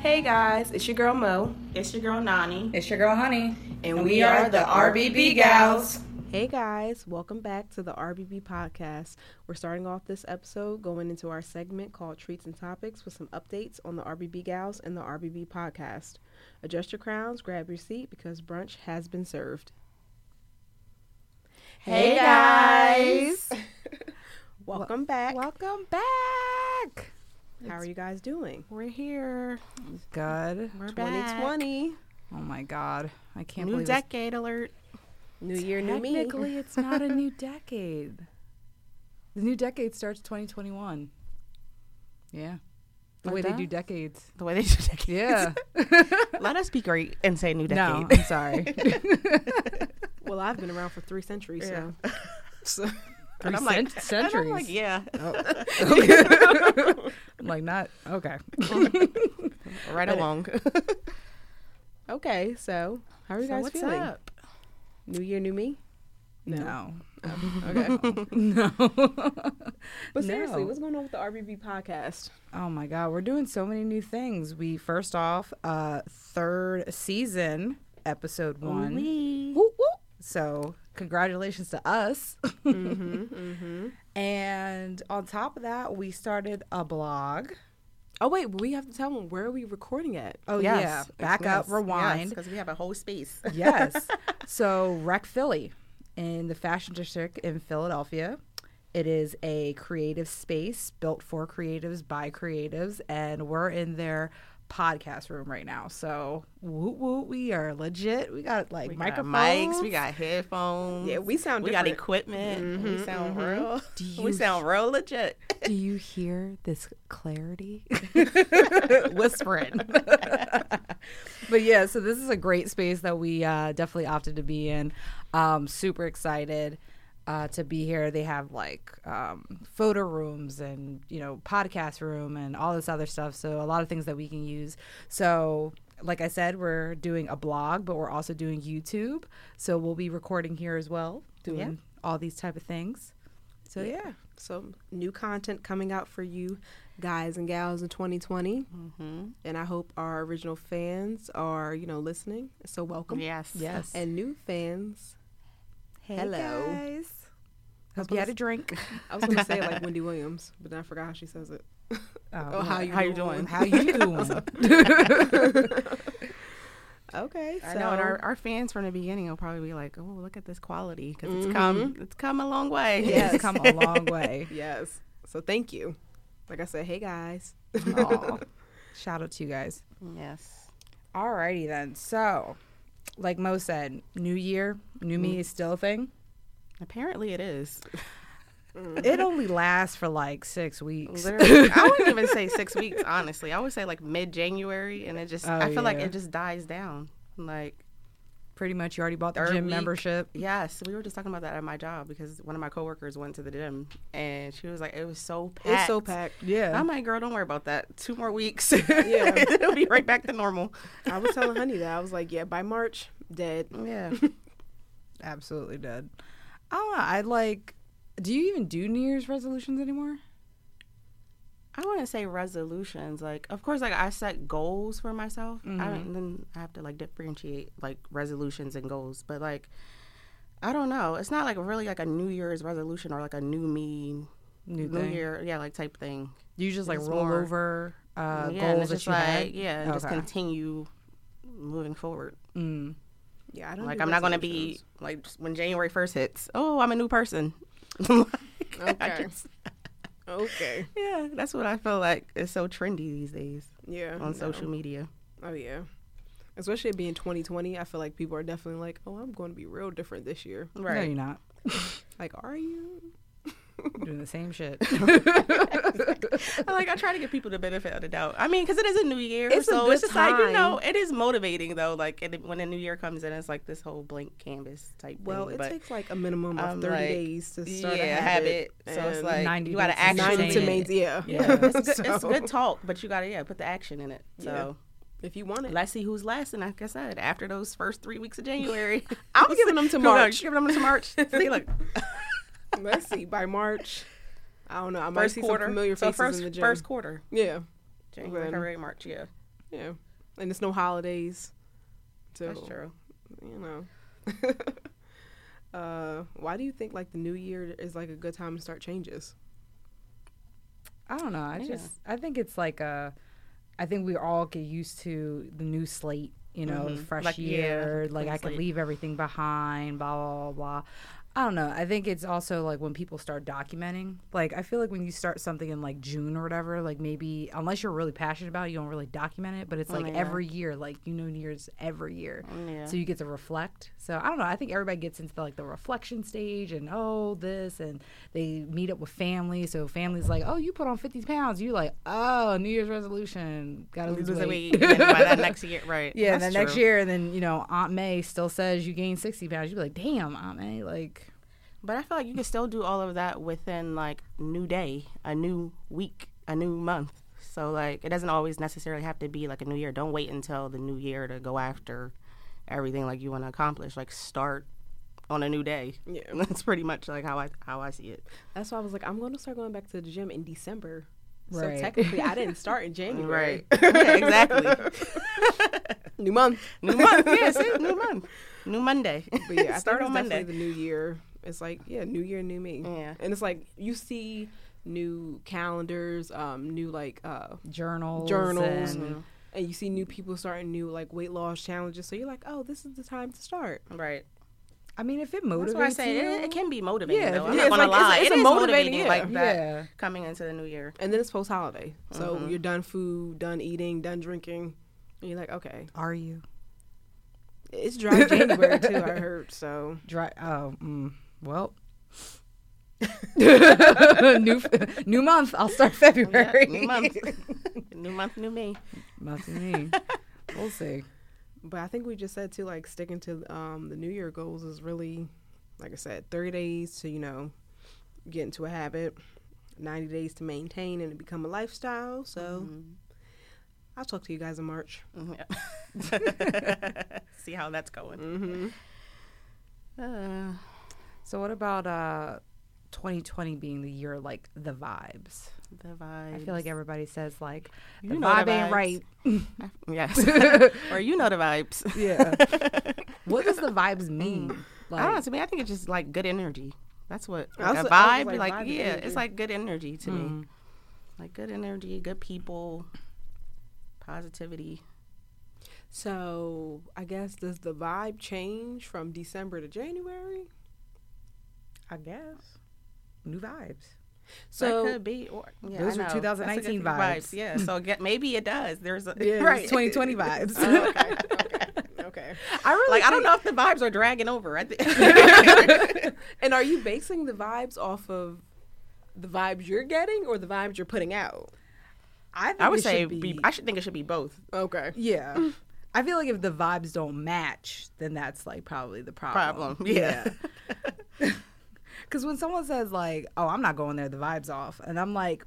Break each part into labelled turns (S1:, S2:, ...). S1: Hey guys, it's your girl Mo.
S2: It's your girl Nani.
S3: It's your girl, honey.
S2: And
S3: we are the RBB gals.
S1: Hey guys, welcome back to the RBB podcast. We're starting off this episode going into our segment called Treats and Topics with some updates on the RBB gals and the RBB podcast. Adjust your crowns, grab your seat because brunch has been served.
S2: Hey, guys.
S1: welcome back.
S4: Welcome back.
S1: How are you guys doing?
S4: We're here.
S3: Good.
S4: We're back.
S1: 2020,
S3: Oh my god. I can't
S4: New
S3: believe
S4: decade alert.
S1: new year,
S3: it's
S1: new me.
S3: technically it's not a new decade. The new decade starts 2021. Yeah. The
S4: Like
S3: way
S4: that?
S3: they do decades.
S4: The way they do decades.
S3: Yeah.
S4: Let us be great and say new
S3: no,
S4: decade.
S3: I'm sorry.
S1: Well, I've been around for three centuries, so
S3: Three
S4: I'm like-
S3: cent- centuries.
S4: And I'm like, yeah.
S3: I'm like not okay.
S4: Right along.
S1: okay. So, how are you
S3: So
S1: guys
S3: what's
S1: feeling?
S3: up?
S1: New year, new me.
S3: No.
S1: Okay.
S3: No.
S1: But seriously,
S3: No.
S1: what's going on with the RBB podcast?
S3: Oh my God, we're doing so many new things. We first off, uh, third season, episode
S4: Oh,
S3: one. Woo, woo. So congratulations to us. Mm-hmm, And on top of that, we started a blog.
S1: Oh wait, we have to tell them where are we recording at?
S3: Oh yeah, back up, rewind.
S2: Because we have a whole space.
S3: Yes. So Rec Philly in the fashion district in Philadelphia. It is a creative space built for creatives by creatives, and we're in their podcast room right now. So woot woot, we are legit. We got like
S2: We got
S3: microphones.
S2: mics. We got headphones.
S1: Yeah, we sound
S2: We got
S1: different.
S2: equipment. Mm-hmm. we sound real.
S3: Do
S2: we
S3: you-
S2: sound real legit.
S3: Do you hear this clarity? Whispering. but yeah, so this is a great space that we uh, definitely opted to be in. Um, super excited uh, to be here. They have like um, photo rooms and, you know, podcast room and all this other stuff. So a lot of things that we can use. So. Like I said, we're doing a blog, but we're also doing YouTube. So we'll be recording here as well, doing all these type of things. So yeah.
S1: Some new content coming out for you guys and gals in 2020, and I hope our original fans are you know listening. So welcome,
S2: Yes.
S3: Yes.
S1: and new fans.
S3: Hey
S1: Hello.
S3: guys. Hope
S1: what
S3: you had a drink.
S1: I was gonna say it like Wendy Williams, but then I forgot how she says it. Oh, how you
S2: How you
S1: doing?
S2: doing?
S3: Uh, How you doing?
S1: Okay, so
S2: I know, and our, our fans from the beginning will probably be like, "Oh, look at this quality, because it's come, it's come a long way."
S1: Yes.
S3: It's come a long way.
S1: yes, so thank you. Like I said, hey guys,
S3: Aw. Shout out to you guys.
S2: yes.
S3: Alrighty then. So, like Mo said, new year, new me is still a thing.
S2: Apparently, it is.
S3: It only lasts for like six weeks.
S2: Mm. Literally, I wouldn't even say six weeks. Honestly, I would say like mid-January, and it just,
S3: Oh,
S2: I feel like
S3: yeah.
S2: it just dies down. Like,
S3: Pretty much, you already bought the
S2: Third
S3: gym
S2: week.
S3: membership.
S2: yes, we were just talking about that at my job because one of my coworkers went to the gym, and she was like, "It was so packed."
S1: it's so packed.
S3: Yeah.
S2: I'm like, girl, don't worry about that. Two more weeks. It'll be right back to normal.
S1: I was telling Honey that I was like, yeah, by March, dead.
S2: Yeah.
S3: absolutely dead. I don't know. I like. Do you even do New Year's resolutions anymore?
S2: I wouldn't say resolutions. Like, of course, like I set goals for myself. I
S3: Mm-hmm.
S2: don't, then I have to like differentiate like resolutions and goals. But like, I don't know. It's not like really like a New Year's resolution or like a new me,
S3: New
S2: New
S3: thing.
S2: Year, yeah, like type thing.
S3: Do you just like
S2: It's
S3: roll
S2: more-
S3: over uh,
S2: yeah, and
S3: goals
S2: it's
S3: that
S2: just
S3: you
S2: like
S3: had?
S2: yeah, and just
S3: Okay.
S2: continue moving forward.
S3: Mm.
S1: Yeah, I don't
S2: Like,
S1: do
S2: I'm not gonna
S1: resolutions.
S2: be like just when January first hits. Oh, I'm a new person. Like, I
S1: Okay.
S2: just-
S1: Okay.
S2: yeah, that's what I feel like is so trendy these days
S1: Yeah.
S2: on
S1: no.
S2: social media.
S1: Oh yeah. Especially it being 2020, I feel like people are definitely like, "Oh, I'm going to be real different this year."
S3: No, you're not.
S1: Like, are you?
S3: doing the same shit.
S2: I like I try to give people the benefit of the doubt. I mean, because it is a new year,
S1: It's a
S2: so
S1: good
S2: it's just like you know,
S1: time.
S2: it is motivating though. Like it, when the new year comes in, it's like this whole blank canvas type.
S1: Well,
S2: thing,
S1: it
S2: but
S1: takes like a minimum of
S2: I'm
S1: 30
S2: like,
S1: days to start
S2: yeah,
S1: a habit.
S2: So it's
S1: and
S2: like
S3: 90
S2: you got to
S3: days to
S2: actually.
S1: 90 to
S3: sustain
S1: make, yeah.
S3: Yeah.
S2: It's good, it's
S1: So,
S2: good talk, but you gotta yeah put the action in it. So
S1: If you want it,
S2: let's see who's lasting. Like I said, after those first three weeks of January,
S1: I'm giving them to
S2: No, no,
S1: March.
S2: you're giving them to March. See, look,
S1: let's see by March. I don't know. I might
S2: first
S1: see
S2: quarter.
S1: some familiar
S2: so
S1: faces
S2: first
S1: in the gym.
S2: first quarter,
S1: yeah.
S2: January,
S1: Then-
S2: February, March. Yeah,
S1: Yeah. And it's no holidays. So,
S2: That's true.
S1: You know. uh, why do you think like the new year is like a good time to start changes?
S3: I don't know. I
S2: Yeah.
S3: just I think it's like a I think we all get used to the new slate, you know, fresh
S2: Mm-hmm. Like, yeah,
S3: year, like
S2: clean
S3: I can
S2: slate.
S3: leave everything behind, blah blah blah. blah. I don't know. I think it's also like when people start documenting. Like I feel like when you start something in like June or whatever, like maybe unless you're really passionate about it, you don't really document it, but it's like
S2: Oh, yeah. Oh,
S3: every year, like you know New Year's every year.
S2: Yeah.
S3: So you get to reflect. So I don't know. I think everybody gets into like the reflection stage and oh this and they meet up with family. So family's like, oh you put on fifty pounds. You like oh New Year's resolution gotta lose,
S2: Lose the
S3: weight.
S2: weight, and by that next year, right?
S3: yeah, and
S2: That's
S3: then next
S2: true.
S3: year, and then you know Aunt May still says you gained sixty pounds. You be like, damn Aunt May, like
S2: But I feel like you can still do all of that within like new day, a new week, a new month. So like it doesn't always necessarily have to be like a new year. Don't wait until the new year to go after everything like you want to accomplish. Like start on a new day.
S1: Yeah.
S2: That's pretty much like how I how I see it.
S1: That's why I was like, I'm going to start going back to the gym in December.
S3: Right.
S1: So technically, I didn't start in January.
S2: yeah, exactly.
S1: New month.
S2: New month. Yes, new month. New Monday.
S1: But yeah, I
S2: start
S1: think
S2: on
S1: it's
S2: Monday.
S1: definitely the new year. It's like yeah, new year, new me.
S2: Yeah.
S1: and it's like you see new calendars, um, new like uh,
S3: journals,
S1: journals,
S3: and-
S1: and, you see new people starting new like weight loss challenges. So you're like, oh, this is the time to start.
S2: Right.
S3: I mean, if it motivates
S2: That's why I say
S3: you,
S2: it, it can be motivating.
S3: Yeah,
S2: though. I'm
S1: yeah,
S2: not
S1: it's
S2: gonna
S1: like- it's-
S2: lie.
S1: it's
S2: It
S1: a
S2: is
S1: motivating,
S2: motivating
S1: yeah.
S2: like that
S3: Yeah.
S2: coming into the new year.
S1: And then it's post holiday, so
S3: Mm-hmm.
S1: you're done food, done eating, done drinking. And you're like, okay,
S3: are you
S1: it's dry January too. I heard so.
S3: dry? Oh, mm, well. new new month. I'll start February.
S2: new month. new month, new me.
S3: Not to me. we'll see.
S1: But I think we just said too, like sticking to um, the New Year goals is really, like I said, 30 days to you know get into a habit, 90 days to maintain and to become a lifestyle. So
S3: Mm-hmm.
S1: I'll talk to you guys in March.
S2: Yeah. See how that's going.
S1: hmm
S2: Uh,
S3: So, what about uh, 2020 being the year of, like the vibes?
S1: Mm-hmm.
S2: the vibe.
S3: I feel like everybody says like the
S2: You know
S3: vibe
S2: the
S3: ain't
S2: vibes.
S3: right.
S2: yes. or you know the vibes.
S3: Yeah. what does the vibes mean?
S2: I don't know. To me, I think it's just like good energy. That's what
S1: I
S2: like,
S1: was-
S2: a
S1: I was
S2: vibe.
S1: like,
S2: Like,
S1: vibe and
S2: yeah,
S1: energy. Mm.
S2: it's like good energy to me. Like good energy, good people, positivity.
S1: So I guess does the vibe change from December to January?
S3: I guess new vibes.
S1: So
S2: that could be. Or, yeah, I
S3: Those are
S2: know. That's a
S3: 2019
S2: good
S3: vibes.
S2: Yeah. So get, maybe it does. There's a
S1: Yeah,
S2: right.
S3: It's 2020 vibes.
S1: okay.
S3: Oh, I really
S2: like I don't
S3: think-
S2: know if the vibes are dragging over. I think.
S1: And are you basing the vibes off of the vibes you're getting or the vibes you're putting out?
S3: I, think
S2: I would
S3: it should
S2: say be, I should think it should be both.
S1: Okay.
S3: yeah. I feel like if the vibes don't match, then that's like probably the problem.
S2: Problem. Yeah.
S3: Because when someone says like, "Oh, I'm not going there," the vibes off, and I'm like,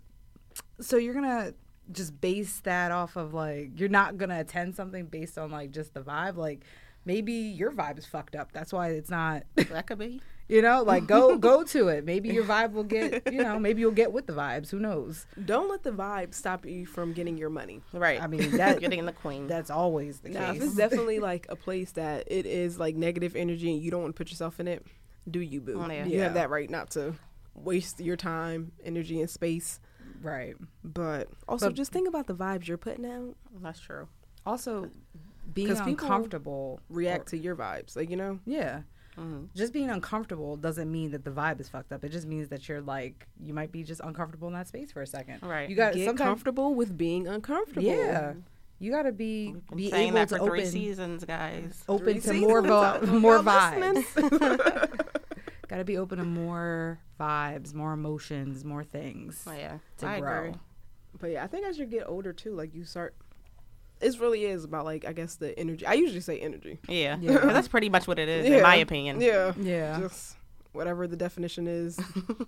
S3: "So you're gonna just base that off of like you're not gonna attend something based on like just the vibe? Like maybe your vibe is fucked up. That's why it's not.
S2: that could be.
S3: You know, like go go to it. Maybe your vibe will get. You know, maybe you'll get with the vibes. Who knows?
S1: Don't let the vibe stop you from getting your money.
S2: Right.
S3: I mean, that-
S2: getting the queen.
S3: That's always the case.
S1: Now, if it's definitely like a place that it is like negative energy and you don't want to put yourself in it, do you, boo?
S2: Oh, yeah.
S1: You
S3: Yeah.
S1: have that right not to waste your time, energy, and space.
S3: right.
S1: But also,
S3: But-
S1: just think about the vibes you're putting out.
S2: That's true.
S3: Also, being
S1: 'Cause people
S3: uncomfortable.
S1: React to your vibes, like you know.
S3: Yeah.
S2: Mm-hmm.
S3: Just being uncomfortable doesn't mean that the vibe is fucked up. It just means that you're like you might be just uncomfortable in that space for a second.
S2: Right.
S3: You got
S1: Get
S3: sometimes.
S1: comfortable with being uncomfortable.
S3: Yeah. You got to be
S2: Been
S3: be
S2: saying
S3: able
S2: that
S3: to
S2: for three
S3: open
S2: seasons, guys.
S3: open to
S1: Three
S3: more
S1: seasons.
S3: vi-
S1: Y'all
S3: more
S1: listening?
S3: vibes. got to be open to more vibes, more emotions, more things.
S2: Oh, yeah.
S3: To
S2: I
S3: grow.
S2: agree.
S1: But yeah, I think as you get older too, like you start. It really is about like I guess the energy. I usually say energy.
S2: Yeah.
S3: Yeah.
S2: 'Cause That's pretty much what it is, in my opinion.
S1: Yeah.
S3: Yeah.
S1: Just whatever the definition is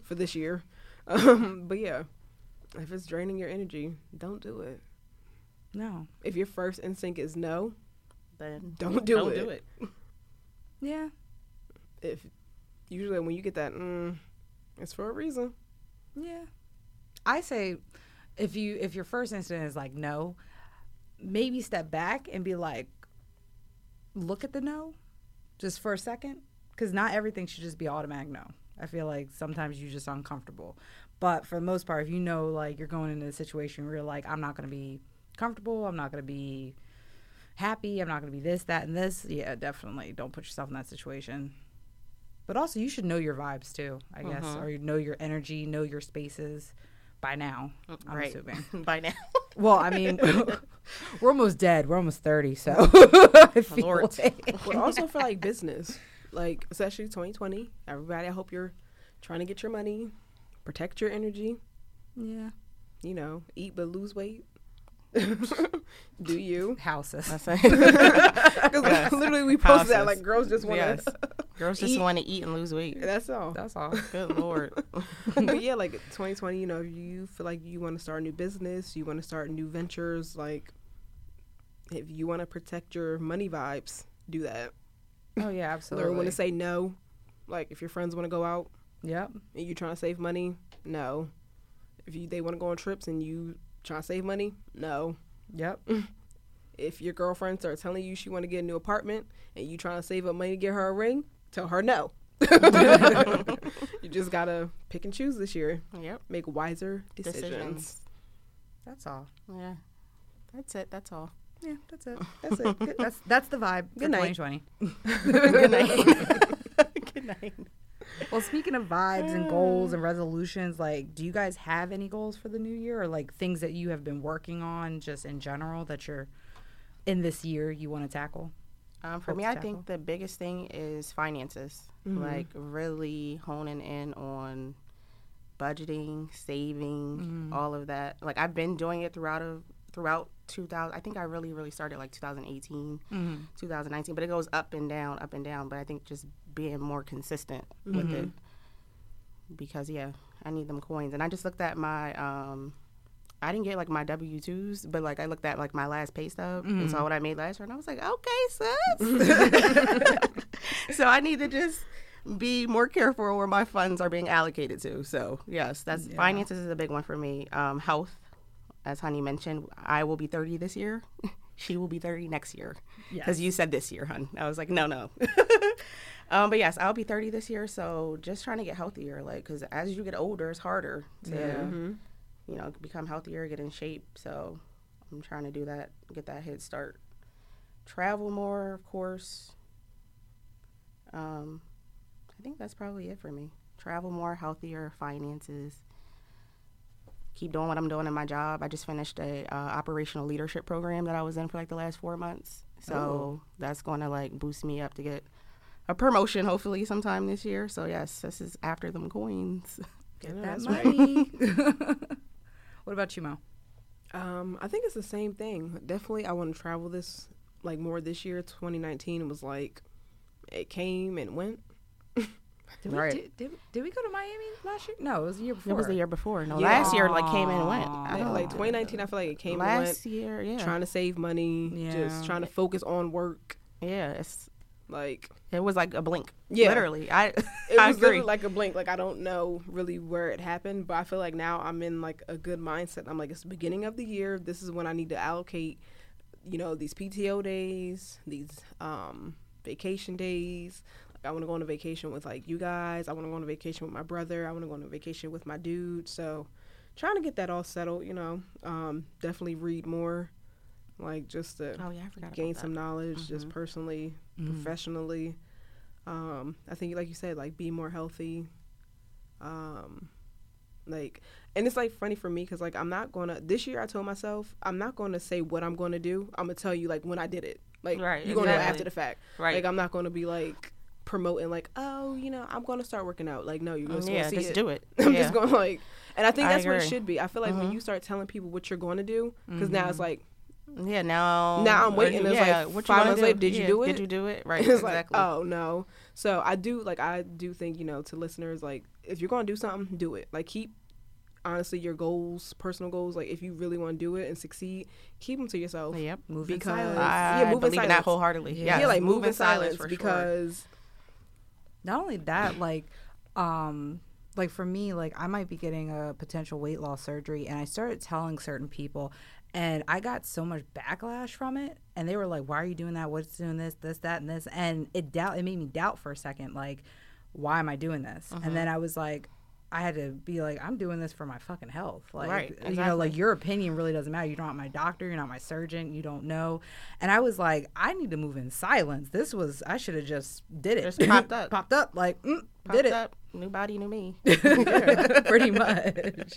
S1: for this year. Um, but yeah, if it's draining your energy, don't do it.
S3: No.
S1: If your first instinct is no,
S2: Then
S1: Don't do
S2: don't
S1: it.
S2: do it.
S3: Yeah.
S1: if usually when you get that, mm, it's for a reason.
S3: Yeah. I say if you if your first instinct is like no, maybe step back and be like, look at the no just for a second. Because not everything should just be automatic no. I feel like sometimes you're just uncomfortable. But for the most part, if you know, like, you're going into a situation where you're like, I'm not going to be comfortable, I'm not going to be happy, I'm not going to be this, that, and this, yeah, definitely don't put yourself in that situation. But also, you should know your vibes too, I guess, or you know your energy, know your spaces by now. I'm
S2: right.
S3: assuming.
S2: By now.
S3: Well, I mean, we're almost dead. We're almost thirty, so I feel
S2: Lord.
S3: like-
S1: but also for like business, like especially 2020. Everybody, I hope you're trying to get your money, protect your energy.
S3: yeah,
S1: You know, eat but lose weight. Do you?
S3: houses.
S2: That's it.
S1: Because
S2: Yes.
S1: literally, we post that
S2: Houses.
S1: like girls just want to.
S2: yes. Girls just want to eat and lose weight.
S1: That's all.
S3: That's all. Oh,
S2: Good lord.
S1: but yeah, like 2020, you know, you feel like you want to start a new business, you want to start new ventures. Like, if you want to protect your money vibes, do that.
S3: Oh yeah, absolutely.
S1: Learn when to say no. Like, if your friends want to go out
S3: yep.
S1: and you trying to save money, no. If you they want to go on trips and you trying to save money, no.
S3: Yep.
S1: If your girlfriend starts telling you she want to get a new apartment and you trying to save up money to get her a ring, tell her no. you just gotta pick and choose this year.
S2: Yep.
S1: Make wiser decisions.
S2: Decisions.
S3: That's all.
S2: Yeah. That's it. That's all.
S3: Yeah, that's it. That's it. Good- That's that's the vibe.
S1: Good night.
S3: 2020.
S2: Good night. Good night.
S3: Well, speaking of vibes and goals and resolutions, like, do you guys have any goals for the new year, or like things that you have been working on, just in general, that you're in this year you want to tackle?
S2: Um, for
S3: Hope
S2: me,
S3: to
S2: I
S3: tackle. Mm-hmm.
S2: think the biggest thing is finances. Like really honing in on budgeting,
S3: Mm-hmm.
S2: saving, all of that. Like I've been doing it throughout of throughout 2000. I think I really really started like 2018,
S3: Mm-hmm.
S2: 2019, but it goes up and down, up and down. But I think just being more consistent with it
S3: Mm-hmm.
S2: because yeah, I need them coins. And I just looked at my um I didn't get like my W twos, but like I looked at like my last pay stub and saw what I made last year, and I was like, okay, sis. so I need to just be more careful where my funds are being allocated to. So yes, that's finances is a big one for me. Um, health, as Honey mentioned, I will be thirty this year. she will be thirty next year. Because you said this year, hun. I was like, no, no. um, but yes, I'll be 30 this year. So just trying to get healthier. Like, because as you get older, it's harder to, you know, become healthier, get in shape. So I'm trying to do that, get that head start. Travel more, of course. Um, I think that's probably it for me. Travel more, healthier, finances. Keep doing what I'm doing in my job. I just finished a uh, operational leadership program that I was in for like the last four months. So that's going to like boost me up to get a promotion hopefully sometime this year. So yes, this is after them coins.
S1: I know,
S3: That
S1: that's
S3: might
S1: right.
S3: be. what about you, Mo?
S1: Um, I think it's the same thing. Definitely, I want to travel this like more this year. 2019 was like it came and went.
S3: Did
S2: Right.
S3: we, did, did, did we go to Miami last year? No, it was the year before.
S2: It was the year before. No,
S1: Yeah.
S2: last year like came and went. I
S1: Like-
S2: don't
S1: like 2019, I feel like it came and went.
S2: last year, yeah,
S1: Trying to save money,
S3: Yeah.
S1: just trying to focus on work.
S2: yeah. It's
S1: Like
S2: it was like a blink.
S1: Yeah.
S2: literally. I
S1: it
S2: I
S1: was literally
S2: agree.
S1: like a blink. Like I don't know really where it happened, but I feel like now I'm in like a good mindset. I'm like it's the beginning of the year. This is when I need to allocate, you know, these PTO days, these um vacation days. Like I want to go on a vacation with like you guys. I want to go on a vacation with my brother. I want to go on a vacation with my dude. So trying to get that all settled, you know. Um definitely read more like just to
S2: oh yeah, I forgot.
S1: gain
S2: about
S1: some knowledge
S2: Mm-hmm.
S1: just personally, professionally. Um, I think, like you said, like be more healthy. Um, like, and it's like funny for me because like I'm not gonna this year. I told myself I'm not gonna say what I'm gonna do. I'm gonna tell you like when I did it. Like
S2: Right,
S1: you're gonna know
S2: exactly.
S1: after the fact.
S2: Right.
S1: Like I'm not gonna be like promoting like oh you know I'm gonna start working out. Like no, you're
S2: that.
S1: just
S2: yeah,
S1: gonna see
S2: just
S1: it.
S2: do it.
S1: I'm
S2: Yeah.
S1: just going like, and I think
S2: I
S1: that's what it
S2: agree. Mm-hmm.
S1: should be. I feel like when you start telling people what you're going to do, because now it's like
S2: Yeah, now
S1: Now I'm
S2: are
S1: waiting.
S2: you-
S1: It's like five
S2: gonna
S1: months
S2: do?
S1: later, did you do
S2: Did
S1: it?
S2: you do it? Right,
S1: it's
S2: exactly.
S1: like, oh no. So I do like I do think you know to listeners like if you're gonna do something, do it. Like keep honestly your goals, personal goals. Like if you really want to do it and succeed, keep them to yourself.
S2: Yep.
S3: Move in
S1: because
S3: silence.
S2: I
S1: yeah, move in
S2: believe in that
S1: silence.
S2: wholeheartedly.
S1: Yeah,
S2: Yes,
S1: like move, in silence,
S2: for sure.
S1: because
S3: not only that like um like for me like i might be getting a potential weight loss surgery and i started telling certain people And I got so much backlash from it. And they were like, why are you doing that? What's doing this, this, that, and this? And it doubt it made me doubt for a second, like, why am I doing this?
S2: Mm-hmm.
S3: And then I was like, I had to be like, I'm doing this for my fucking health. Like,
S2: Right,
S3: you know,
S2: exactly.
S3: like your opinion really doesn't matter. You're not my doctor. You're not my surgeon. You don't know. And I was like, I need to move in silence. This was, I should have just did it.
S2: Just popped up.
S3: popped up. Like, mm,
S2: Popped
S3: did it.
S2: up, new body, new me.
S3: pretty much.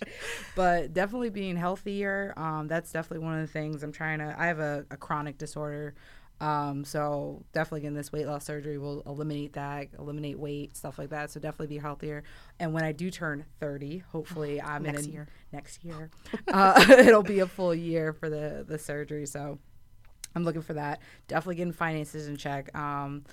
S3: But definitely being healthier. Um, that's definitely one of the things I'm trying to. I have a, a chronic disorder, um, so definitely getting this weight loss surgery will eliminate that, eliminate weight, stuff like that. So definitely be healthier. And when I do turn 30, hopefully I'm in a, year. Next year, uh, it'll be a full year for the the surgery. So. I'm looking for that. Definitely getting finances in check. Um,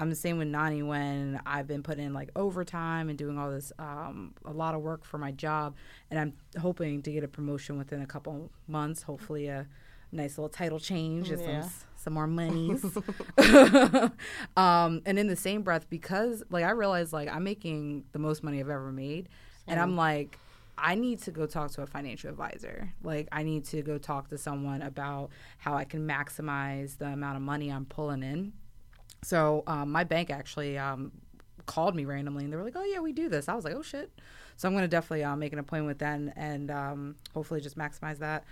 S3: I'm the same with Nani when I've been putting in like overtime and doing all this, um, a lot of work for my job. And I'm hoping to get a promotion within a couple months, hopefully, a nice little title change and some, some more monies. um, and in the same breath, because like I realized like I'm making the most money I've ever made. And I'm like, I need to go talk to a financial advisor. Like, I need to go talk to someone about how I can maximize the amount of money I'm pulling in. So, um, my bank actually um, called me randomly and they were like, oh, yeah, we do this. I was like, oh, shit. So, I'm going to definitely uh, make an appointment with them and um, hopefully just maximize that.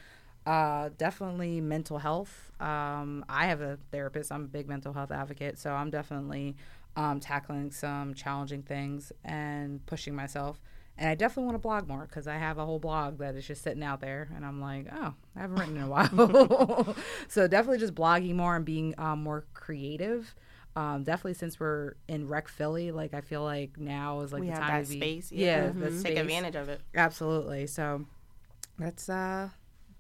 S3: Uh, definitely mental health. Um, I have a therapist, I'm a big mental health advocate. So, I'm definitely um, tackling some challenging things and pushing myself. And I definitely want to blog more because I have a whole blog that is just sitting out there, and I'm like, oh, I haven't written in a while. so definitely just blogging more and being um, more creative. Um, definitely since we're in Rec Philly, like I feel like now is like
S2: We
S3: the
S2: have
S3: time
S2: that
S3: to be
S2: space. Mm-hmm.
S3: yeah, the
S2: Take
S3: space.
S2: advantage of it.
S3: Absolutely. So that's uh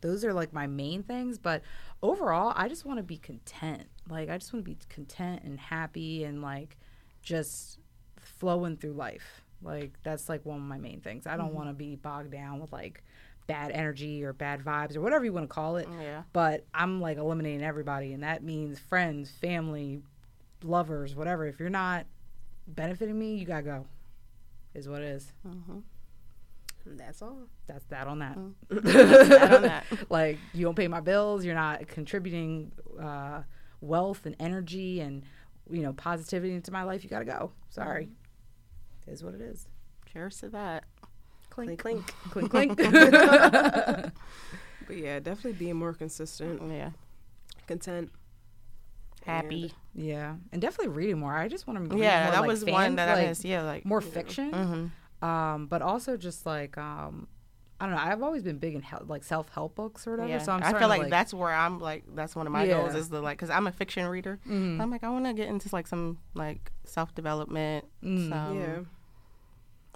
S3: those are like my main things, but overall I just want to be content. Like I just want to be content and happy and like just flowing through life. Like that's like one of my main things. I don't want to be bogged down with like bad energy or bad vibes or whatever you want to call it.
S2: Yeah.
S3: But I'm like eliminating everybody and that means friends, family, lovers, whatever. If you're not benefiting me, you got to go. Is what it is.
S1: That's all. Mm.
S3: That's that on that.
S2: I don't know.
S3: like you don't pay my bills you're not contributing uh, wealth and energy and you know positivity into my life you gotta go sorry
S1: Mm-hmm.
S3: is what it is
S2: Cheers to that.
S1: Clink, clink.
S3: clink clink
S1: But yeah, definitely being more consistent,
S2: Yeah.
S1: content.
S2: Happy.
S3: yeah and definitely reading more i just want to
S2: yeah,
S3: more,
S2: that
S3: like,
S2: was
S3: fan-
S2: one that
S3: like,
S2: I Mm-hmm. missed. Yeah, like
S3: more fiction um but also just like um I don't know. I've always been big in hel- like self help books or whatever.
S2: Yeah.
S3: So I'm
S2: I
S3: starting
S2: feel
S3: to,
S2: like, that's where I'm like that's one of my goals
S3: Yeah.
S2: is the like because I'm a fiction reader. I'm like I want to get into like some like self development, some
S1: yeah.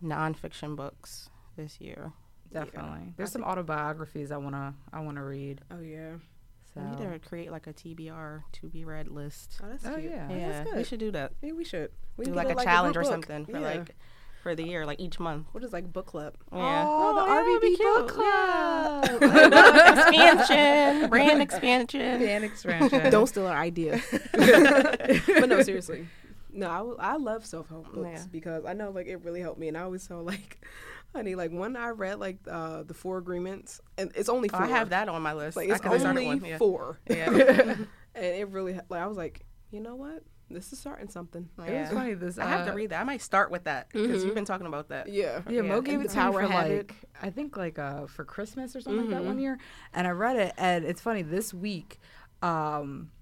S2: nonfiction books this year.
S3: definitely. There's some autobiographies I wanna I wanna read.
S1: Oh yeah.
S3: So
S2: I need to create like a TBR to be read list.
S1: Oh, that's
S3: oh
S1: cute.
S3: yeah,
S2: yeah,
S3: that's good.
S2: we should do that.
S1: Maybe we should. We
S2: do
S1: can
S2: like
S1: get
S2: a challenge or
S1: book.
S2: something for
S1: yeah.
S2: like for the year, like each month.
S1: what is like book club?
S2: Yeah.
S3: Oh, the
S2: that would be
S3: RBB book
S2: cute.
S3: club.
S2: expansion, brand expansion.
S3: Fan expansion.
S1: Don't steal our idea. but no, seriously. No, I, w- I love self help books
S2: Yeah.
S1: because I know like it really helped me, and I always tell like, honey, like when I read like uh, the Four Agreements, and it's only
S2: Oh,
S1: four.
S2: I have that on my list.
S1: Like
S2: I
S1: it's
S2: could have started
S1: only
S2: one. Yeah.
S1: four,
S2: Yeah.
S1: and it really he- like I was like, you know what, this is starting something.
S3: It was
S2: Yeah.
S3: funny. This
S2: I have to
S3: uh,
S2: read that. I might start with that because you've been talking about that.
S1: Yeah,
S3: Yeah, Mo
S2: Yeah.
S3: gave
S1: And
S3: it
S1: the
S3: to me
S1: Power
S3: for
S1: Habit.
S3: like I think like uh for Christmas or something like that one year, and I read it, and it's funny this week. um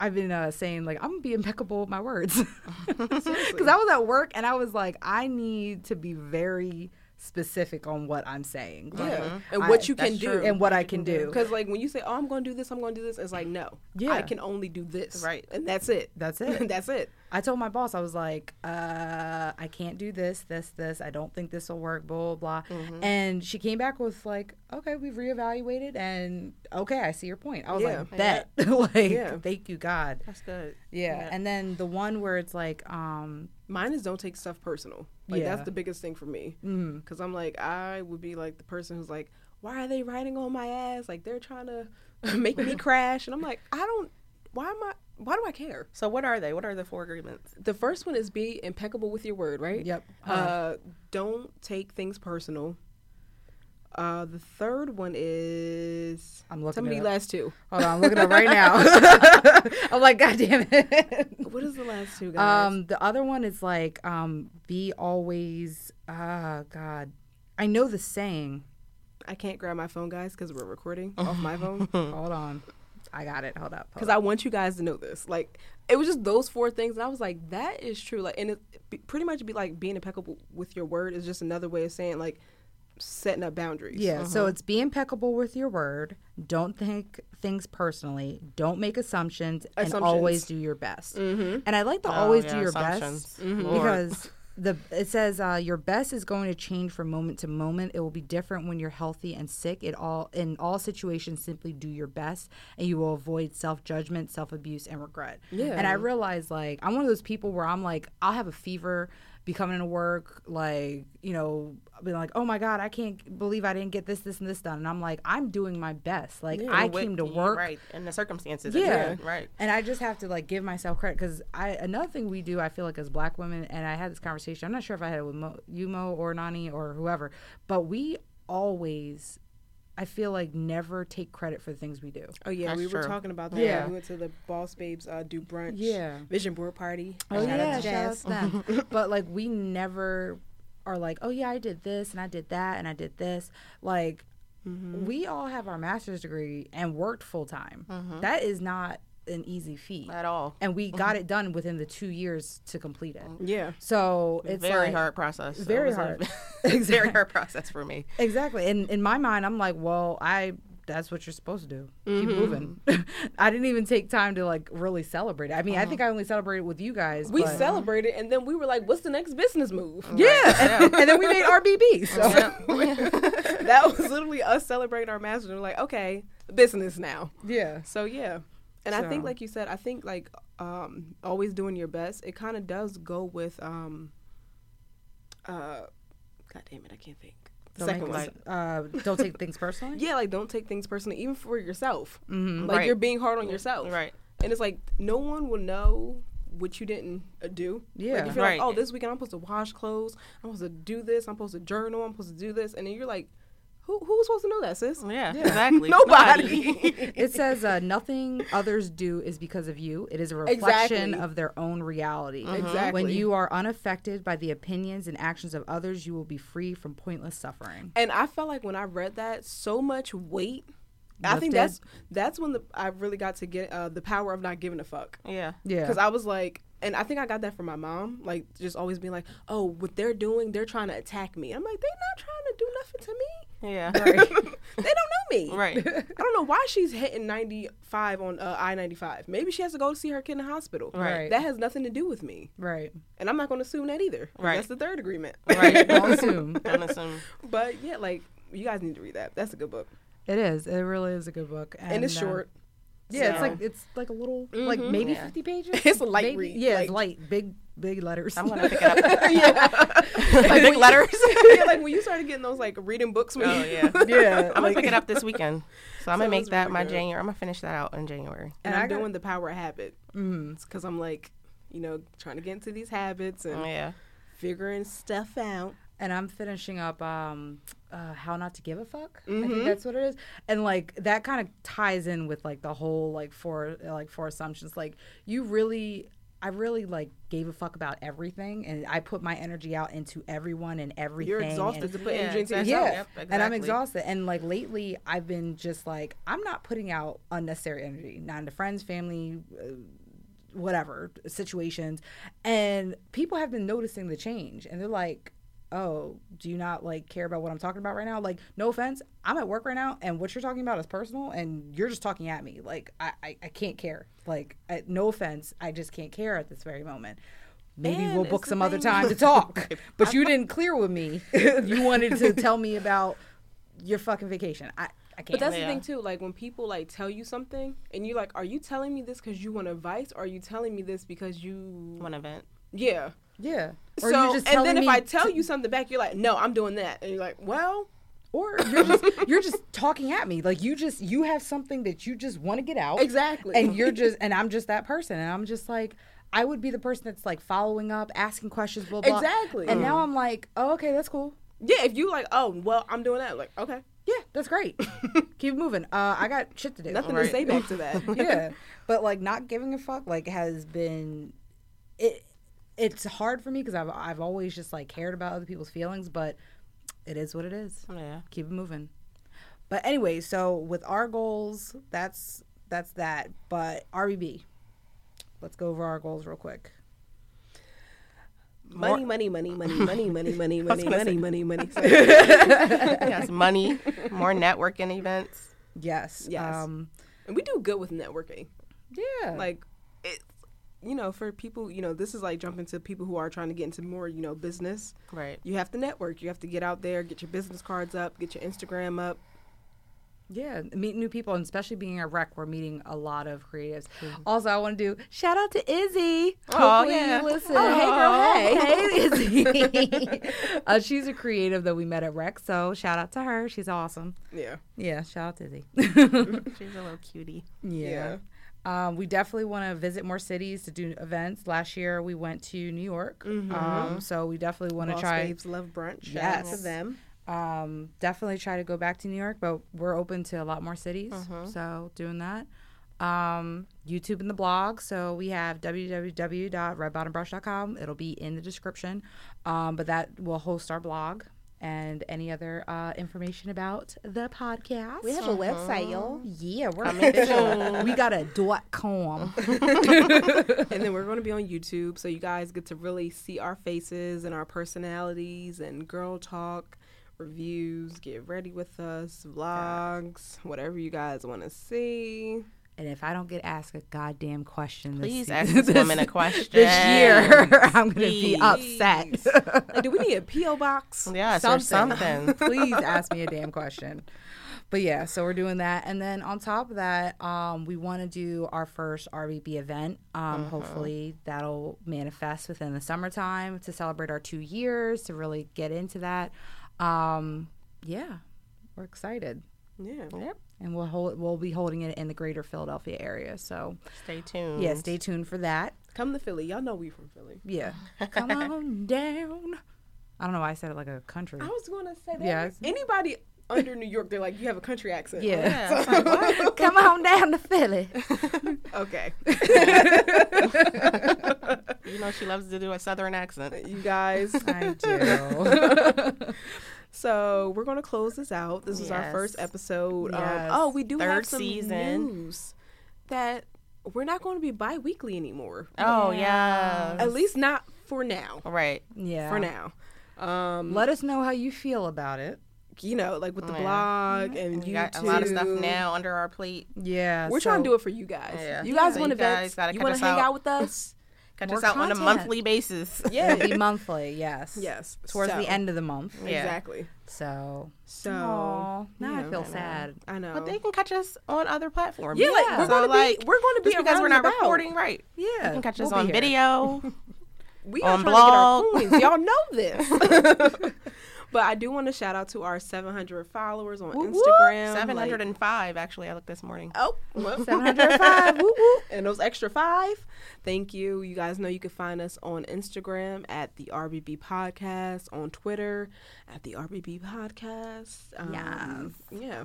S3: I've been uh, saying like I'm gonna be impeccable with my words because I was at work and I was like I need to be very specific on what I'm saying
S1: yeah,
S3: Like,
S1: and
S3: I-
S1: what you can
S2: that's
S1: do,
S2: true.
S3: and what I can do.
S1: Because like when you say, "Oh, I'm going to do this, I'm going to do this," it's like, no,
S3: Yeah.
S1: I can only do this,
S2: Right.
S1: and that's it.
S3: That's it.
S1: that's it.
S3: I told my boss, I was like, uh, I can't do this, this, this. I don't think this will work, blah, blah, blah.
S1: Mm-hmm.
S3: And she came back with, like, okay, we've reevaluated and okay, I see your point. I was like, bet. like,
S1: Yeah.
S3: thank you, God.
S2: That's good.
S3: Yeah. And then the one where it's like, um,
S1: Mine is don't take stuff personal. Like
S3: Yeah. Mm.
S1: that's the biggest thing for me. Cause I'm like I would be like the person who's like, why are they riding on my ass? Like they're trying to make me crash, and I'm like, I don't. Why am I? Why do I care?
S2: So what are they? What are the four agreements?
S1: The first one is be impeccable with your word, right?
S3: Yep.
S1: Uh, don't take things personal. Uh, the third one is
S3: I'm looking
S1: Tell me
S3: it
S1: the
S3: up.
S1: last two.
S3: Hold on, I'm looking up right now. I'm like, God damn it.
S1: What is the last two guys?
S3: Um, the other one is like, um, be always. Ah, God, I know the saying.
S1: I can't grab my phone, guys, because we're recording off my phone.
S3: Hold on, Mm-hmm. I got it. Hold up.
S1: Because I want you guys to know this. Like it was just those four things, and I was like, that is true. Like, and it be, pretty much be like being impeccable with your word is just another way of saying like setting up boundaries.
S3: Yeah, so it's be impeccable with your word. Don't take things personally. Don't make assumptions, Mm-hmm. Oh, and always
S1: Assumptions.
S3: do your best. And I like to always do
S4: yeah,
S3: your
S4: assumptions.
S3: best
S4: Mhm. Lord.
S3: because the it says uh, your best is going to change from moment to moment. It will be different when you're healthy and sick. It all in all situations, simply do your best, and you will avoid self judgment, self abuse, and regret. Yeah. And I realize like I'm one of those people where I'm like I'll have a fever be coming to work like you know being like oh my god i can't believe i didn't get this this and this done and i'm like i'm doing my best like i
S4: What-
S3: came to
S4: yeah,
S3: work
S4: Right. And the circumstances.
S3: Yeah.
S4: Yeah. Right.
S3: and i just have to like give myself credit because i another thing we do i feel like as black women and i had this conversation i'm not sure if i had it with Mo, you mo or nani or whoever but we always i feel like never take credit for the things we do
S1: Oh yeah, we were
S4: true.
S1: talking about that.
S3: Yeah.
S1: we went to the Boss Babes uh, do brunch.
S3: Yeah.
S1: vision board party.
S3: Oh
S1: Shout out
S3: yeah,
S1: to
S3: shout out
S1: Jazz.
S3: to them. but like we never are like, oh yeah, I did this and I did that and I did this. Like we all have our master's degree and worked full time. That is not an easy feat
S4: At all.
S3: And we
S4: Mm-hmm.
S3: got it done within the two years to complete it.
S1: Yeah,
S3: So it's
S4: very
S3: like-
S4: hard process. So it
S3: very
S4: was a
S3: hard.
S4: very hard process for me.
S3: Exactly. And in my mind, I'm like, well, I that's what you're supposed to do. Keep
S4: Mm-hmm.
S3: moving. I didn't even take time to like really celebrate. it. I mean, I
S4: Uh-huh.
S3: think I only celebrated with you guys.
S1: we
S3: but- uh,
S1: celebrated, and then we were like, "What's the next business move?"
S3: Yeah. and, then we made RBB. So.
S1: that was literally us celebrating our master's. We're like, okay, business now.
S3: Yeah.
S1: So yeah, and I think
S3: So-
S1: like you said, I think like um, always doing your best. It kind of does go with um, uh, God damn it, I can't think. The
S3: Don't,
S1: second
S3: make
S1: one.
S3: us- uh, don't take things personally.
S1: yeah, like don't take things personally, even for yourself.
S3: Mhm.
S1: Like
S4: Mm-hmm. Right.
S1: you're being hard on yourself,
S4: Right.
S1: And it's like no one will know what you didn't uh, do.
S3: Yeah.
S1: like, if you're
S4: Right.
S1: like, oh, this weekend I'm supposed to wash clothes, I'm supposed to do this, I'm supposed to journal, I'm supposed to do this, and then you're like, who who was supposed to know that, sis?
S4: Yeah. Exactly.
S1: Nobody.
S3: It says uh, nothing others do is because of you. It is a reflection
S1: Exactly. Mm-hmm.
S3: of their own reality.
S1: Exactly.
S3: When you are unaffected by the opinions and actions of others, you will be free from pointless suffering.
S1: and I felt like when I read that, so much weight. I think
S3: Lifted.
S1: that's that's when the I really got to get uh, the power of not giving a fuck.
S4: yeah.
S3: Yeah.
S1: Because I was like, and I think I got that from my mom, like just always being like, oh, what they're doing, they're trying to attack me. I'm like, they're not trying to do nothing to me.
S4: Yeah.
S1: they don't know me.
S4: Right.
S1: I don't know why she's hitting 95 on uh, I 95. Maybe she has to go see her kid in the hospital.
S3: Right.
S1: That has nothing to do with me.
S3: right.
S1: And I'm not going to assume that either.
S4: Right.
S1: That's the third agreement.
S4: Right.
S3: Don't assume.
S4: Don't assume.
S1: but yeah, like, you guys need to read that. That's a good book.
S3: It is. It really is a good book. And,
S1: And, it's
S3: uh,
S1: short.
S3: Yeah, it's
S1: So- Mm-hmm.
S3: like it's like a little like maybe fifty pages.
S1: It's a light
S3: Maybe-
S1: read,
S3: Yeah, it's
S1: like-
S3: light, big big letters.
S4: I'm gonna pick it up.
S1: Like,
S4: big
S1: when-
S4: letters.
S1: yeah, like when you started getting those, like, reading books. When
S4: Oh
S1: you-
S4: yeah.
S3: yeah,
S4: I'm gonna pick it up this weekend. So I'm
S1: So
S4: gonna make
S1: that's
S4: that
S1: really
S4: my
S1: good.
S4: January. I'm gonna finish that out in January.
S1: and,
S3: And I
S1: I'm
S3: got-
S1: doing the power of habit.
S3: Mm-hmm.
S1: Because I'm like, you know, trying to get into these habits and
S4: Yeah.
S1: figuring stuff out.
S3: and I'm finishing up um uh, how not to give a fuck. I
S1: Mm-hmm.
S3: think that's what it is. And like that kind of ties in with like the whole like four like four assumptions. Like you really I really like gave a fuck about everything and I put my energy out into everyone and everything.
S1: You're
S3: and-
S1: exhausted to put
S4: Yeah,
S1: energy into
S4: exactly.
S1: yourself.
S3: yeah,
S4: Yep,
S3: and I'm
S4: exactly.
S3: exhausted. And like lately, I've been just like I'm not putting out unnecessary energy, not into friends, family, whatever situations and people have been noticing the change and they're like oh do you not like care about what i'm talking about right now like no offense i'm at work right now and what you're talking about is personal and you're just talking at me like i i, I can't care like I, no offense i just can't care at this very moment Maybe
S4: And
S3: we'll
S4: it's
S3: book
S4: the
S3: some other
S4: thing-
S3: time to talk. But you didn't clear with me. you wanted to tell me about your fucking vacation. I, I can't.
S1: But that's
S4: Yeah.
S1: the thing too. Like when people like tell you something, and you're like, "Are you telling me this because you want advice? Or are you telling me this because you?"
S4: One event.
S1: Yeah.
S3: yeah.
S1: so and
S3: telling
S1: then if
S3: me
S1: I tell you something back, you're like, "No, I'm doing that," and you're like, "Well,
S3: or you're just you're just talking at me like you just you have something that you just want to get out
S1: Exactly.
S3: and you're just and i'm just that person and i'm just like i would be the person that's like following up asking questions blah blah
S1: Exactly.
S3: and now i'm like oh okay that's cool
S1: Yeah, if you like, oh well, I'm doing that. Like, okay,
S3: Yeah, that's great. Keep moving. Uh, I got shit to do.
S1: nothing
S4: Right.
S1: to say back to that.
S3: yeah, but like not giving a fuck like has been it. It's hard for me because I've I've always just like cared about other people's feelings, but it is what it is.
S4: Yeah.
S3: Keep it moving. But anyway, so with our goals, that's that's that. But RBB, let's go over our goals real quick.
S1: Money, money, money, money, money, money, money, money, money, money, money.
S4: yes, money, more networking events.
S3: Yes.
S1: Yes.
S3: Um,
S1: And we do good with networking.
S3: yeah.
S1: Like, it, you know, for people, you know, this is like jumping to people who are trying to get into more, you know, business.
S4: Right.
S1: You have to network. You have to get out there, get your business cards up, get your Instagram up.
S3: Yeah, meet new people, and especially being a rec, we're meeting a lot of creatives. Also, I want to do shout out to Izzy.
S4: Oh,
S3: Hopefully you
S4: yeah.
S3: listen.
S1: Oh, hey, girl,
S3: Izzy. uh, she's a creative that we met at rec, so shout out to her. She's awesome.
S1: Yeah.
S3: Yeah, shout out to Izzy.
S4: She's a little cutie.
S3: yeah. Um, we definitely want to visit more cities to do events. Last year we went to New York, um, so we definitely want to
S1: Boss
S3: try.
S1: Babes Love Brunch. Shout out to
S3: Yes.
S1: them.
S3: um, definitely try to go back to New York, but we're open to a lot more cities.
S4: Mm-hmm.
S3: So doing that. Um, YouTube and the blog. So we have www.redbottombrush.com. It'll be in the description. Um, but that will host our blog and any other uh, information about the podcast. We have a website, y'all.
S4: Mm-hmm.
S3: Yeah, we're official. we got a dot com.
S1: and then we're going to be on YouTube, so you guys get to really see our faces and our personalities and girl talk, reviews, get ready with us, vlogs, whatever you guys want to see.
S3: And if I don't get asked a goddamn question this,
S4: Please ask this woman a question.
S3: this year, I'm gonna be
S4: Please.
S3: upset.
S1: Like, do we need a PO box?
S4: Yes, or something.
S3: Please ask me a damn question. But yeah, so we're doing that, and then on top of that, um, we want to do our first RBB event. Um, Hopefully, that'll manifest within the summertime to celebrate our two years to really get into that. Um, yeah, we're excited,
S1: Yeah.
S3: and we'll hold, we'll be holding it in the Greater Philadelphia area. So
S4: Stay tuned.
S2: Mm.
S3: yeah, stay tuned for that.
S1: Come to Philly. Y'all know we from Philly.
S3: Yeah, come on down. I don't know why I said it like a country.
S1: I was going to say that.
S3: Yes.
S1: Anybody under New York, they're like, you have a country accent.
S3: Yeah. Come on down to Philly.
S1: Okay.
S4: You know she loves to do a southern accent.
S1: you guys.
S3: I do.
S1: So we're gonna close this out. This is our first
S4: Yes.
S1: episode.
S3: Yes.
S1: Um, oh, we do have
S4: Third
S1: some
S4: season.
S1: news that we're not going to be bi-weekly anymore.
S4: Oh yeah.
S1: At least not for now.
S4: Right.
S3: yeah.
S1: For now. Um,
S3: Let us know how you feel about it.
S1: you know, like with the
S4: Oh, Yeah.
S1: blog and
S4: We
S1: YouTube.
S4: got a lot of stuff now under our plate.
S3: Yeah.
S1: We're trying to do it for you guys.
S4: Yeah.
S1: You guys
S4: So
S1: want
S4: you guys
S1: events?
S4: gotta
S1: You
S4: cut
S1: want
S4: us
S1: to hang
S4: out.
S1: out with us?
S4: Cut
S3: More
S4: us out on
S3: content.
S4: a monthly basis.
S1: yeah.
S3: It'll be monthly, yes.
S1: yes.
S3: Towards
S1: So,
S3: the end of the month.
S4: Yeah.
S1: Exactly.
S3: So.
S1: So
S3: Aw, now
S4: know,
S3: I feel
S4: I know.
S3: sad.
S1: I know.
S4: But they can catch us on other platforms.
S1: yeah, like
S3: Yeah.
S1: we're
S4: So,
S1: gonna
S4: like,
S1: be we're gonna be
S4: Just because we're
S1: around and
S4: not
S1: about.
S4: recording, right?
S3: Yeah.
S4: You can catch us
S3: we'll
S4: on
S3: be here.
S4: video.
S1: We are
S4: on
S1: trying to
S4: blog.
S1: get our coins. Y'all know this. but I do want to shout out to our 700 followers on
S3: Woo woo.
S1: Instagram. like-
S4: 705 actually I looked this morning.
S1: oh, well.
S3: 705. woo woo.
S1: and those extra five. Thank you. You guys know you can find us on Instagram at the RBB Podcast, on Twitter at the RBB Podcast. Um, Yeah.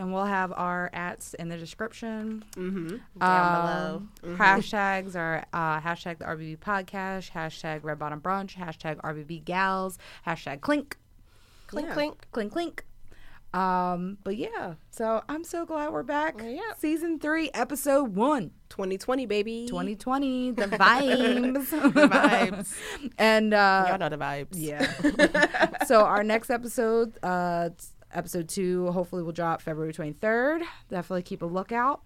S3: And we'll have our ats in the description.
S1: Mm-hmm.
S4: Down
S3: below. Um, Hashtags are uh, hashtag the RBB podcast, hashtag Red Bottom Brunch, hashtag RBB Gals, hashtag Clink,
S4: Clink
S1: Yeah.
S4: clink.
S3: Clink, Clink. Um, but yeah, so I'm so glad we're back.
S4: Yeah.
S3: Season three, episode one,
S1: 2020, baby.
S3: 2020, the vibes.
S4: Vibes.
S3: and
S4: Y'all
S3: uh,
S4: know the vibes.
S3: yeah. so our next episode, uh, it's episode two, hopefully will drop February 23rd. Definitely keep a lookout.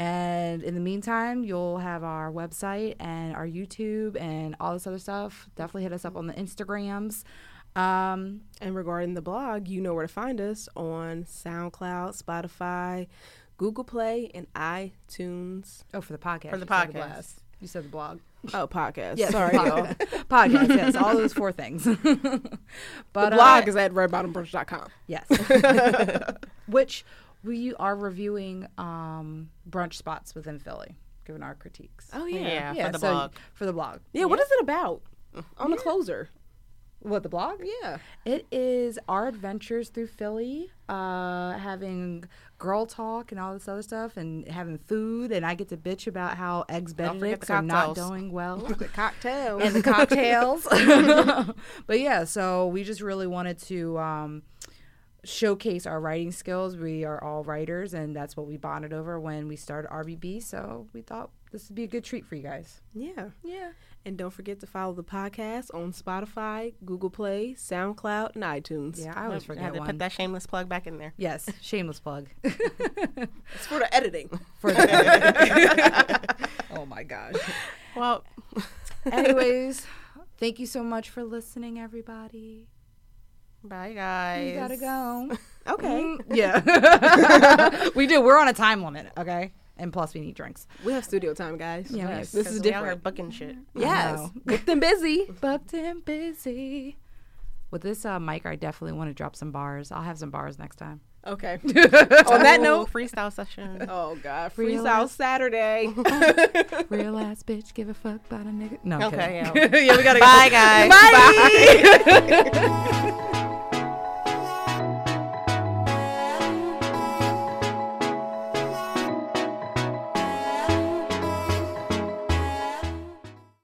S3: And in the meantime, you'll have our website and our YouTube and all this other stuff. Definitely hit us up on the Instagrams. Um,
S1: And regarding the blog, you know where to find us on SoundCloud, Spotify, Google Play, and iTunes.
S3: oh, for the podcast.
S4: For the
S3: you said
S4: podcast.
S3: You said the blog.
S1: Oh, podcast.
S3: Yes,
S1: Sorry,
S3: the
S1: y'all.
S3: podcast. podcast. Yes, all those four things. but
S1: the blog
S3: uh,
S1: is at redbottombrush.com.
S3: yes, which we are reviewing um, brunch spots within Philly, giving our critiques.
S1: Oh
S4: Yeah, for the
S3: so
S4: blog.
S3: for the blog.
S1: Yeah, what is it about? On the closer.
S3: What the blog?
S1: Yeah.
S3: It is our adventures through Philly, uh, having girl talk and all this other stuff, and having food. And I get to bitch about how eggs
S2: Don't forget
S3: Benedict
S2: the
S3: are not
S2: cocktails.
S3: doing well.
S1: The cocktail.
S3: and the cocktails. but yeah, so we just really wanted to um, showcase our writing skills. We are all writers, and that's what we bonded over when we started RBB. So we thought this would be a good treat for you guys.
S1: yeah.
S3: Yeah.
S1: And don't forget to follow the podcast on Spotify, Google Play, SoundCloud, and iTunes.
S3: Yeah, I always
S2: I
S3: forget
S2: had to
S3: one.
S2: put that shameless plug back in there.
S3: yes, shameless plug.
S1: It's for the editing.
S3: For the- oh my gosh.
S2: Well,
S3: Anyways, thank you so much for listening, everybody.
S2: bye guys.
S3: You gotta go.
S1: Okay.
S3: Mm, yeah. we do. We're on a time limit, okay? And plus, we need drinks.
S1: We have studio time, guys.
S3: Yeah, we have
S1: This is
S2: We out here
S1: different.
S2: booking shit.
S1: Yes.
S3: No.
S1: Get them busy.
S3: booked and busy. With this uh, mic, I definitely want to drop some bars. I'll have some bars next time.
S1: Okay. on that
S2: Ooh,
S1: note,
S2: freestyle session.
S1: oh God,
S3: Real
S1: Freestyle
S3: life.
S1: Saturday.
S3: Real ass bitch, give a fuck about a nigga. No, I'm
S2: Okay,
S3: kidding.
S2: yeah.
S3: yeah, we gotta go.
S2: Bye guys.
S1: Bye.